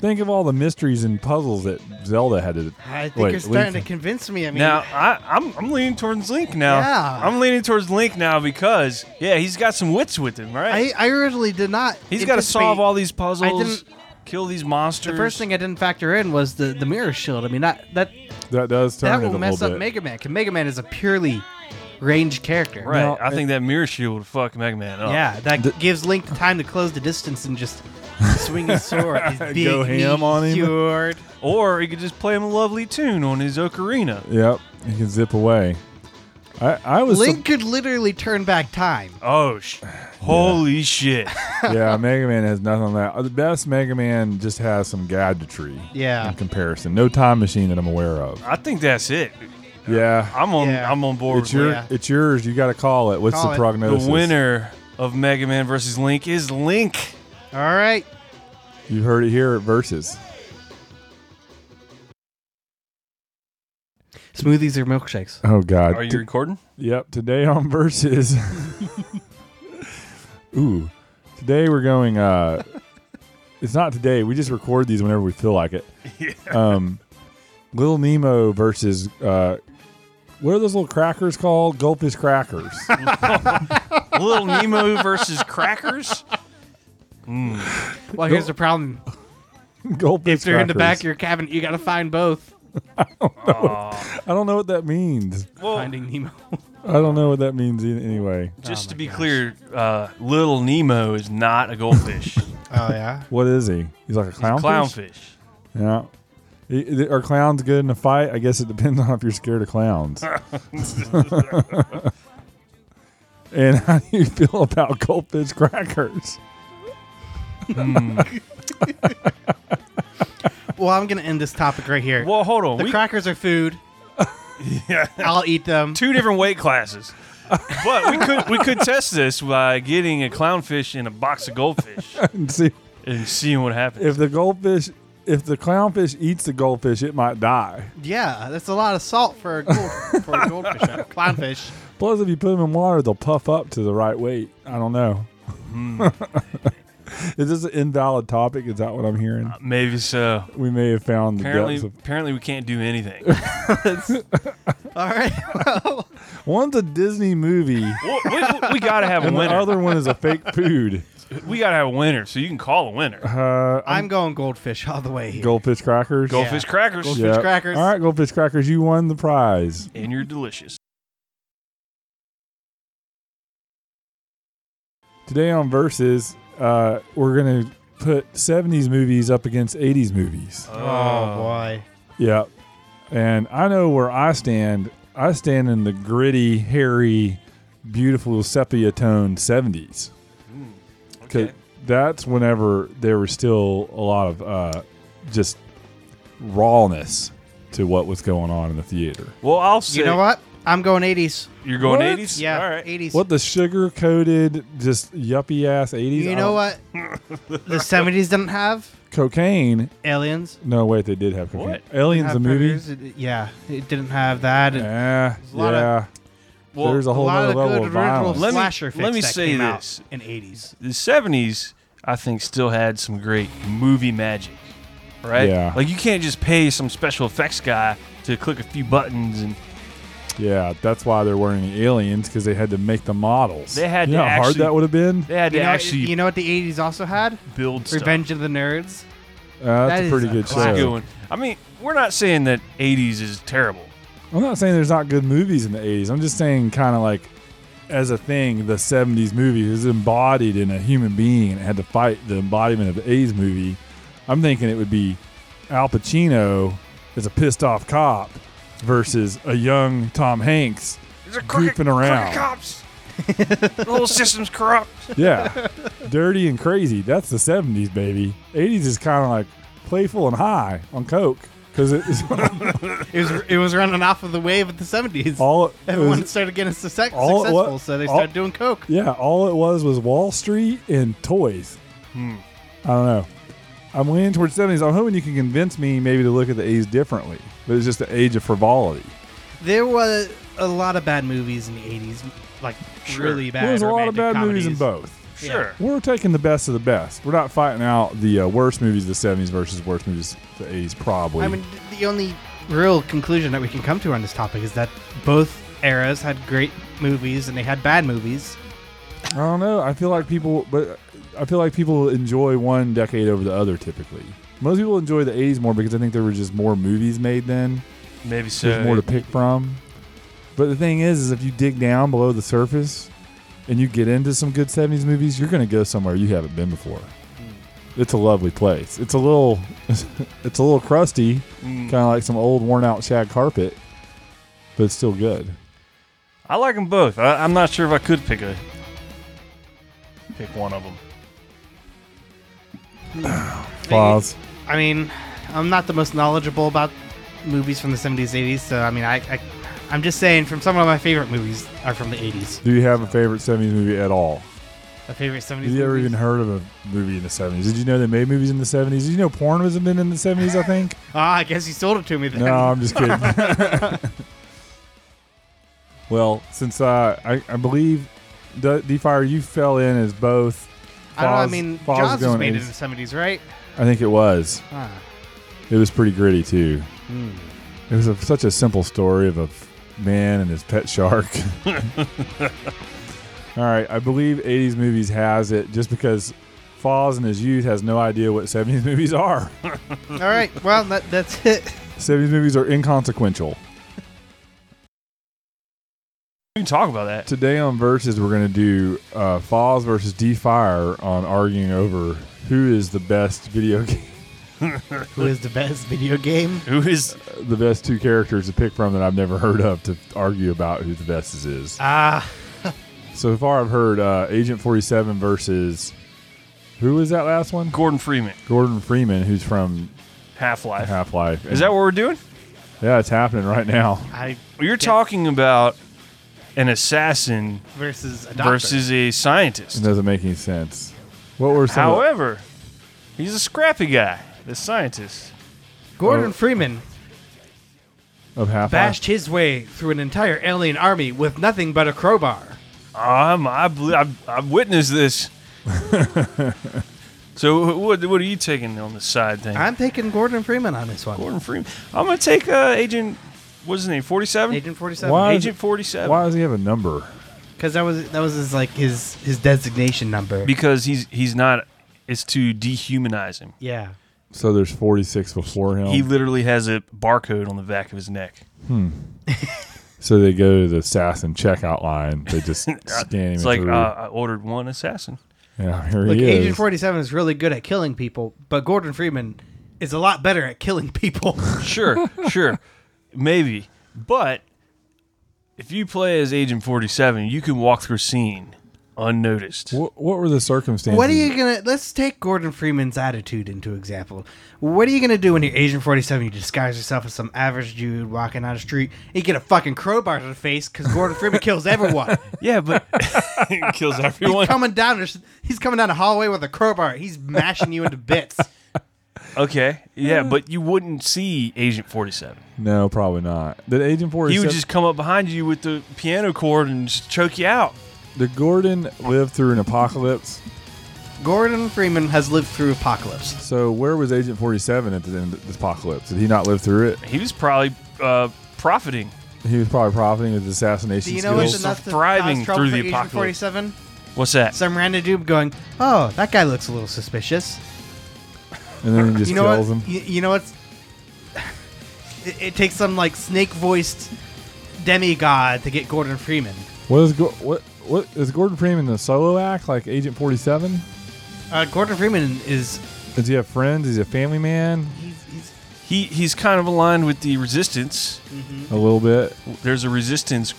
S1: Think of all the mysteries and puzzles that Zelda had to.
S3: I think
S1: wait,
S3: you're starting
S1: Link-
S3: to convince me. I mean,
S2: Now I, I'm I'm leaning towards Link now.
S3: Yeah.
S2: I'm leaning towards Link now because yeah, he's got some wits with him, right?
S3: I, I originally did not.
S2: he's got to solve
S3: anticipate-
S2: all these puzzles,
S3: didn't-
S2: kill these monsters.
S3: The first thing I didn't factor in was the, the mirror shield. I mean, that that
S1: That does turn
S3: that
S1: it a
S3: will mess
S1: little
S3: up
S1: bit.
S3: Mega Man. Because Mega Man is a purely range character.
S2: right?
S1: No,
S2: I
S1: it-
S2: think that mirror shield would fuck Mega Man up.
S3: Yeah, that gives Link the time to close the distance and just swing his sword. His big
S1: Go ham on him.
S3: sword.
S2: Or he could just play him a lovely tune on his ocarina.
S1: yep, you can zip away. I, I was
S3: Link could literally turn back time.
S2: Oh, sh- holy shit!
S1: sup- yeah. Mega Man has nothing on that. Uh, The best Mega Man just has some gadgetry.
S3: Yeah.
S1: In comparison, no time machine that I'm aware of.
S2: I think that's it.
S1: Yeah.
S2: I'm on.
S3: Yeah.
S2: I'm on board.
S1: It's
S2: with
S1: your,
S3: Yeah.
S1: it's yours. You got to call it. What's
S3: Call
S1: the
S3: it.
S2: that.
S1: prognosis?
S2: the winner of Mega Man versus Link is Link.
S3: All right.
S1: You heard it here at Versus.
S3: Smoothies or milkshakes?
S1: Oh God.
S2: Are
S1: T-
S2: you recording?
S1: Yep, today on versus. Ooh, today we're going. uh It's not today. We just record these whenever we feel like it. Um, Little Nemo versus uh, what are those little crackers called? Gulpus crackers.
S2: Little Nemo versus Crackers.
S3: Well, here's the problem.
S1: Gulpus.
S3: If they're in the back
S1: crackers.
S3: of your cabinet, you got to find both.
S1: I don't know what that means.
S2: Well,
S3: Finding Nemo.
S1: I don't know what that means e- anyway.
S2: just
S3: Oh
S2: to
S3: my
S2: be
S3: gosh.
S2: clear, uh, Little Nemo is not a goldfish. He's
S3: Oh yeah.
S1: What is he? He's like a
S2: a
S1: clown.
S2: clownfish.
S1: Yeah. I- i- Are clowns good in a fight? I guess it depends on if you're scared of clowns. and how do you feel about goldfish crackers?
S3: Well, I'm gonna end this topic right here.
S2: Well, hold on.
S3: the
S2: we
S3: crackers are food.
S2: yeah.
S3: I'll eat them.
S2: two different weight classes. But we could we could test this by getting a clownfish and a box of goldfish
S1: And see
S2: and seeing what happens.
S1: if the goldfish, if the clownfish eats the goldfish, it might die.
S3: Yeah, that's a lot of salt for a, gold, for a goldfish, a clownfish.
S1: Plus, if you put them in water, they'll puff up to the right weight. I don't know.
S2: Hmm.
S1: Is this an invalid topic? Is that what I'm hearing?
S2: Maybe so.
S1: We may have found the
S2: Uh, Apparently,
S1: depths
S2: apparently we can't do anything.
S3: All right. Well,
S1: of. One's a Disney movie,
S2: we, we- we gotta have a
S1: and the
S2: winner.
S1: other one is a fake food.
S2: we gotta have a winner, so you can call a winner.
S1: Uh,
S3: I'm going goldfish all the way here.
S1: Goldfish crackers.
S2: Goldfish
S3: Goldfish
S2: crackers,
S3: Goldfish crackers.
S1: All right, goldfish crackers. You won the prize.
S2: and you're delicious.
S1: Today on Versus, uh, we're gonna put '70s movies up against '80s movies.
S3: oh boy.
S1: Yep. And I know where I stand. I stand in the gritty, hairy, beautiful sepia tone '70s.
S2: Okay.
S1: That's whenever there was still a lot of uh, just rawness to what was going on in the theater.
S2: Well, I'll say
S3: You know what? I'm going 80s.
S2: You're going
S1: What?
S2: 80s.
S3: Yeah,
S2: All right.
S3: 80s.
S1: What the sugar coated, just yuppie ass Oh, 80s?
S3: you
S1: I don't-
S3: know what? the 70s didn't have
S1: Cocaine.
S3: aliens.
S1: No, wait, they did have cocaine.
S2: What?
S1: Aliens the
S3: Have
S1: movie.
S3: predators. It- yeah, it didn't have that. It-
S1: Yeah,
S3: a lot of-
S1: yeah.
S2: Well,
S1: There's a whole
S3: lot
S1: other
S3: of
S1: level
S3: good
S1: of
S3: original
S1: violence.
S2: Let me-
S3: slasher
S2: let
S3: flicks
S2: me
S3: that
S2: say
S3: came
S2: this.
S3: out in 80s.
S2: the 70s i think still had some great movie magic right
S1: Yeah.
S2: like you can't just pay some special effects guy to click a few buttons and
S1: yeah, that's why there weren't any aliens because they had to make the models.
S2: They had
S1: you
S2: to
S1: know how hard
S2: actually-
S1: that would have been.
S2: they had
S3: You
S2: to
S3: know, what-
S2: actually
S3: you know what the 80s also had?
S2: build stuff
S3: Revenge of the Nerds.
S1: Uh,
S3: That
S1: that's a
S3: is
S1: pretty
S3: a
S1: good
S2: That's a
S1: show.
S2: good one. i mean we're not saying that 80s is terrible
S1: I'm not saying there's not good movies in the 80s. I'm just saying kind of like as a thing, the 70s movie is embodied in a human being and it had to fight the embodiment of the 80s movie. I'm thinking it would be Al Pacino as a pissed off cop versus a young Tom Hanks.
S2: there's a
S1: crooked- Goofing around. crooked
S2: cops the whole system's corrupt
S1: Yeah. Dirty and crazy. That's the 70s, baby. 80s is kind of like playful and high on coke because it's
S3: It was it was running off of the wave of the 70s.
S1: all. it
S3: Everyone
S1: was-
S3: started getting success,
S1: all-
S3: successful,
S1: what-
S3: so they
S1: all-
S3: started doing coke.
S1: Yeah, all it was was Wall Street and toys.
S3: Hmm.
S1: I don't know. I'm leaning towards 70s. I'm hoping you can convince me maybe to look at the 80s differently. But it's just the age of frivolity.
S3: There was a lot of bad movies in the 80s, like
S2: Sure.
S3: really bad.
S1: There's a lot of bad
S3: romantic comedies.
S1: movies in both.
S2: sure
S1: We're taking the best of the best. We're not fighting out the uh, worst movies of the 70s versus worst movies of the 80s, probably.
S3: I mean, th- the only real conclusion that we can come to on this topic is that both eras had great movies and they had bad movies.
S1: I don't know. I feel like people, but I feel like people enjoy one decade over the other typically. Most people enjoy the 80s more because I think there were just more movies made then.
S2: maybe so
S1: There's more to pick from. But the thing is, is if you dig down below the surface and you get into some good 70s movies, you're going to go somewhere you haven't been before. It's a lovely place. It's a little, it's a little crusty,
S2: Mm.
S1: kind of like some old worn out shag carpet, but it's still good.
S2: i like them both I, i'm not sure if i could pick a pick one of them
S1: Applause.
S3: I mean, I'm not the most knowledgeable about movies from the 70s, 80s, so I mean, I, I I'm just saying, from some of my favorite movies are from the 80s.
S1: Do you have a favorite 70s movie at all?
S3: My favorite 70s.
S1: Have you ever
S3: movies.
S1: even heard of a movie in the 70s? Did you know they made movies in the 70s? Did you know porn was invented in the 70s, I think?
S3: Ah, I guess you sold it to me then.
S1: No, I'm just kidding. well, since uh, I, I believe, D- D-Fire, you fell in as both.
S3: I don't know. I
S1: Foz-
S3: mean,
S1: Foz
S3: Jaws was
S1: going
S3: made in
S1: as-
S3: the 70s, right?
S1: I think it was.
S3: Ah.
S1: It was pretty gritty, too.
S3: Hmm.
S1: It was a, such a simple story of a f- man and his pet shark. All right, I believe 80s movies has it just because Falls in his youth has no idea what 70s movies are.
S3: All right. Well, that, that's it.
S1: 70s movies are inconsequential.
S2: We can talk about that.
S1: Today on Versus, we're going to do uh, Falls versus D Fire on arguing over who is the best video game,
S3: Who is the best video game?
S2: Who is
S1: the best two characters to pick from that I've never heard of to argue about who the best is. is.
S3: Ah,
S1: So far, I've heard uh, Agent 47 versus. Who was that last one?
S2: Gordon Freeman?
S1: Gordon Freeman, who's from
S2: Half Life.
S1: Half Life.
S2: Is that what we're doing?
S1: Yeah, it's happening right now.
S3: I
S2: You're
S3: Yeah.
S2: talking about an assassin
S3: versus a doctor.
S2: versus a
S1: It
S2: scientist.
S1: doesn't make any sense. What were some? of the-
S2: However, he's a scrappy guy, the scientist.
S3: Gordon
S1: Oh.
S3: Freeman
S1: of Half
S3: bashed his way through an entire alien army with nothing but a crowbar.
S2: Um, I bel- I've, I've witnessed this. so wh- what what are you taking on the side thing?
S3: I'm taking Gordon Freeman on this one.
S2: Gordon Freeman. I'm gonna take uh, Agent. What's his name? Forty seven.
S3: Agent 47.
S1: Why?
S2: Agent forty
S1: Life?
S2: seven.
S1: Why does he have a number?
S3: Because that was that was his like his his designation number.
S2: Because he's he's not. It's to dehumanize him.
S3: yeah.
S1: So there's 46 before him.
S2: He literally has a barcode on the back of his neck.
S1: so they go to the assassin checkout line. They just scan him.
S2: It's like uh,
S1: through.
S2: I ordered one assassin.
S1: yeah, here
S3: Look,
S1: he is.
S3: Agent 47 is really good at killing people, but Gordon Freeman is a lot better at killing people.
S2: Sure, sure, maybe. But if you play as Agent forty seven, you can walk through scene unnoticed.
S1: what, what were the circumstances?
S3: what are you gonna? Let's take Gordon Freeman's attitude into example. What are you gonna do when you're Agent 47? You disguise yourself as some average dude walking down the street. You get a fucking crowbar to the face because Gordon Freeman kills everyone.
S2: Yeah, but it kills everyone.
S3: He's coming down. the- He's coming down the hallway with a crowbar. He's mashing you into bits.
S2: Okay. Yeah, but you wouldn't see Agent 47.
S1: No, probably not. Did Agent
S2: He
S1: 47?
S2: would just come up behind you with the piano chord and just choke you out.
S1: Did Gordon live through an apocalypse?
S3: Gordon Freeman has lived through apocalypse.
S1: So where was Agent 47 at the end of this apocalypse? Did he not live through it?
S2: He was probably uh, profiting.
S1: He was probably profiting with his assassination
S3: Do you know
S1: skills.
S3: what's
S2: Skills
S3: enough to
S2: thriving
S3: cause trouble
S2: through
S3: for
S2: the
S3: Agent
S2: apocalypse.
S3: 47?
S2: What's that?
S3: Some random dude going, "Oh, that guy looks a little suspicious."
S1: and then he just
S3: you know
S1: kills
S3: what?
S1: him.
S3: You, you know what's? It, it takes some like snake voiced demigod to get Gordon Freeman.
S1: What is Go- what what is Gordon Freeman the solo act like Agent Forty Seven?
S3: Uh, Gordon Freeman is
S1: Does he have friends? Is he a family man?
S3: he's, he's
S2: He he's kind of aligned with the resistance.
S3: Mm-hmm.
S1: A little bit.
S2: There's a resistance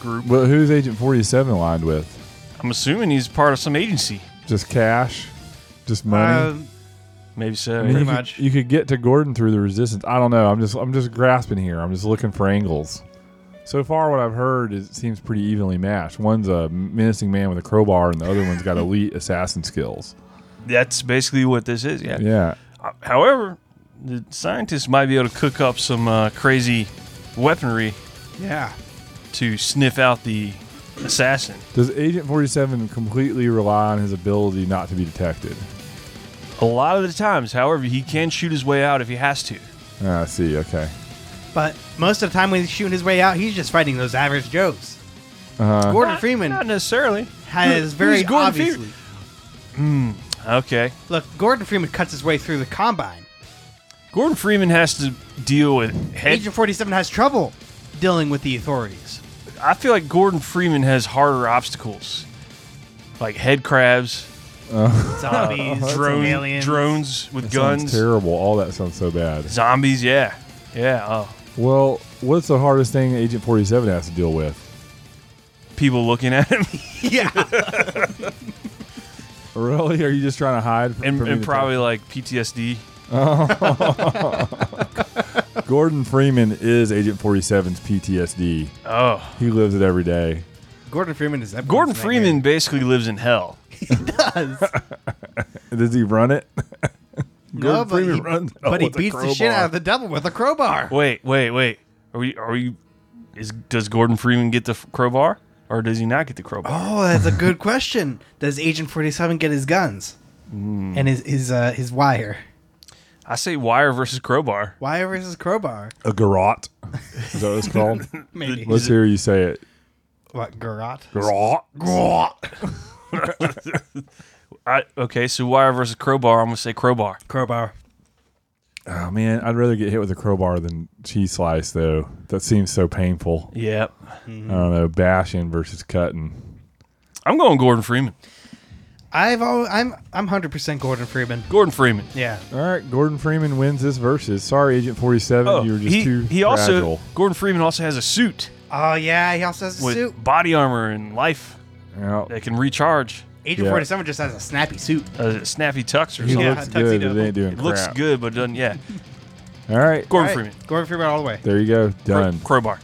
S2: group.
S1: But who's Agent Forty Seven lined with?
S2: I'm assuming he's part of some agency.
S1: Just cash, just money.
S3: uh,
S2: Maybe so.
S1: I mean,
S3: pretty
S1: you
S3: much.
S1: Could, you could get to Gordon through the resistance. I don't know. I'm just I'm just grasping here. I'm just looking for angles. So far, what I've heard is it seems pretty evenly matched. One's a menacing man with a crowbar, and the other one's got elite assassin skills.
S2: That's basically what this is. Yeah.
S1: Yeah,
S2: Uh, However, the scientists might be able to cook up some uh, crazy weaponry
S3: uh, yeah.
S2: to sniff out the assassin.
S1: Does Agent 47 completely rely on his ability not to be detected?
S2: A lot of the times, however, he can shoot his way out if he has to.
S1: Ah, I see. Okay.
S3: But most of the time when he's shooting his way out, he's just fighting those average Joes.
S1: Uh,
S3: Gordon
S2: Not-
S3: Freeman
S2: Not necessarily.
S3: has
S2: Who's
S3: very
S2: Gordon
S3: obviously
S2: Freeman? Okay.
S3: look. Gordon Freeman cuts his way through the combine.
S2: Gordon Freeman has to deal with head.
S3: Agent Forty Seven has trouble dealing with the authorities.
S2: I feel like Gordon Freeman has harder obstacles, like head crabs, uh,
S3: Zombies,
S2: drone,
S3: aliens.
S2: drones with
S1: that sounds
S2: guns,
S1: terrible. All that sounds so bad.
S2: zombies. Yeah, yeah. Oh,
S1: Well, what's the hardest thing Agent 47 has to deal with?
S2: people looking at him,
S3: Yeah,
S1: Really? Are you just trying to hide?
S2: and,
S1: from
S2: and
S1: the-
S2: probably like PTSD.
S1: Gordon Freeman is Agent 47's PTSD.
S2: Oh,
S1: He lives it every day.
S3: Gordon Freeman is that
S2: Gordon
S3: person's
S2: Freeman basically lives in hell.
S3: nightmare. Does.
S1: Does he run it? Gordon
S3: no, but
S1: Freeman
S3: he,
S1: runs hell
S3: but he
S1: with a
S3: beats the shit
S1: crowbar.
S3: out of the devil with a crowbar.
S2: Wait, wait, wait. Are we? Are we? Is does Gordon Freeman get the f- crowbar, or does he not get the crowbar?
S3: Oh, that's a good question. Does Agent Forty Seven get his guns
S1: Hmm.
S3: and his his uh, his wire?
S2: I say wire versus crowbar.
S3: Wire versus crowbar.
S1: A garrote. Is that what it's called?
S3: Maybe
S1: Let's hear you say it.
S3: what garrot?
S1: Garrote.
S2: I, okay, so wire versus crowbar. I'm gonna say crowbar.
S3: Crowbar.
S1: Oh man, I'd rather get hit with a crowbar than cheese slice though. That seems so painful.
S2: Yep.
S1: I don't know, bashing versus cutting.
S2: I'm going Gordon Freeman.
S3: I've al I'm I'm hundred percent Gordon Freeman.
S2: Gordon Freeman.
S3: Yeah.
S1: All right, Gordon Freeman wins this versus. Sorry, Agent Forty Seven,
S2: Oh,
S1: you were just
S2: he,
S1: too
S2: he also
S1: fragile.
S2: Gordon Freeman also has a suit
S3: Oh yeah, he also has a
S2: with
S3: suit.
S2: body armor and life
S1: Yeah.
S2: that can recharge.
S3: Agent
S1: Yeah.
S3: Forty Seven just has a snappy suit.
S2: Uh, snappy tux or
S1: He
S2: something.
S3: Yeah,
S1: looks good.
S3: tuxedo.
S1: It ain't doing
S2: It looks
S1: crap.
S2: good, but doesn't. Yeah,
S1: All right,
S2: Gordon
S3: All right,
S2: Freeman.
S3: Gordon Freeman all the way.
S1: there you go. Done.
S2: Crowbar.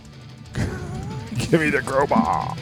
S1: Give me the crowbar.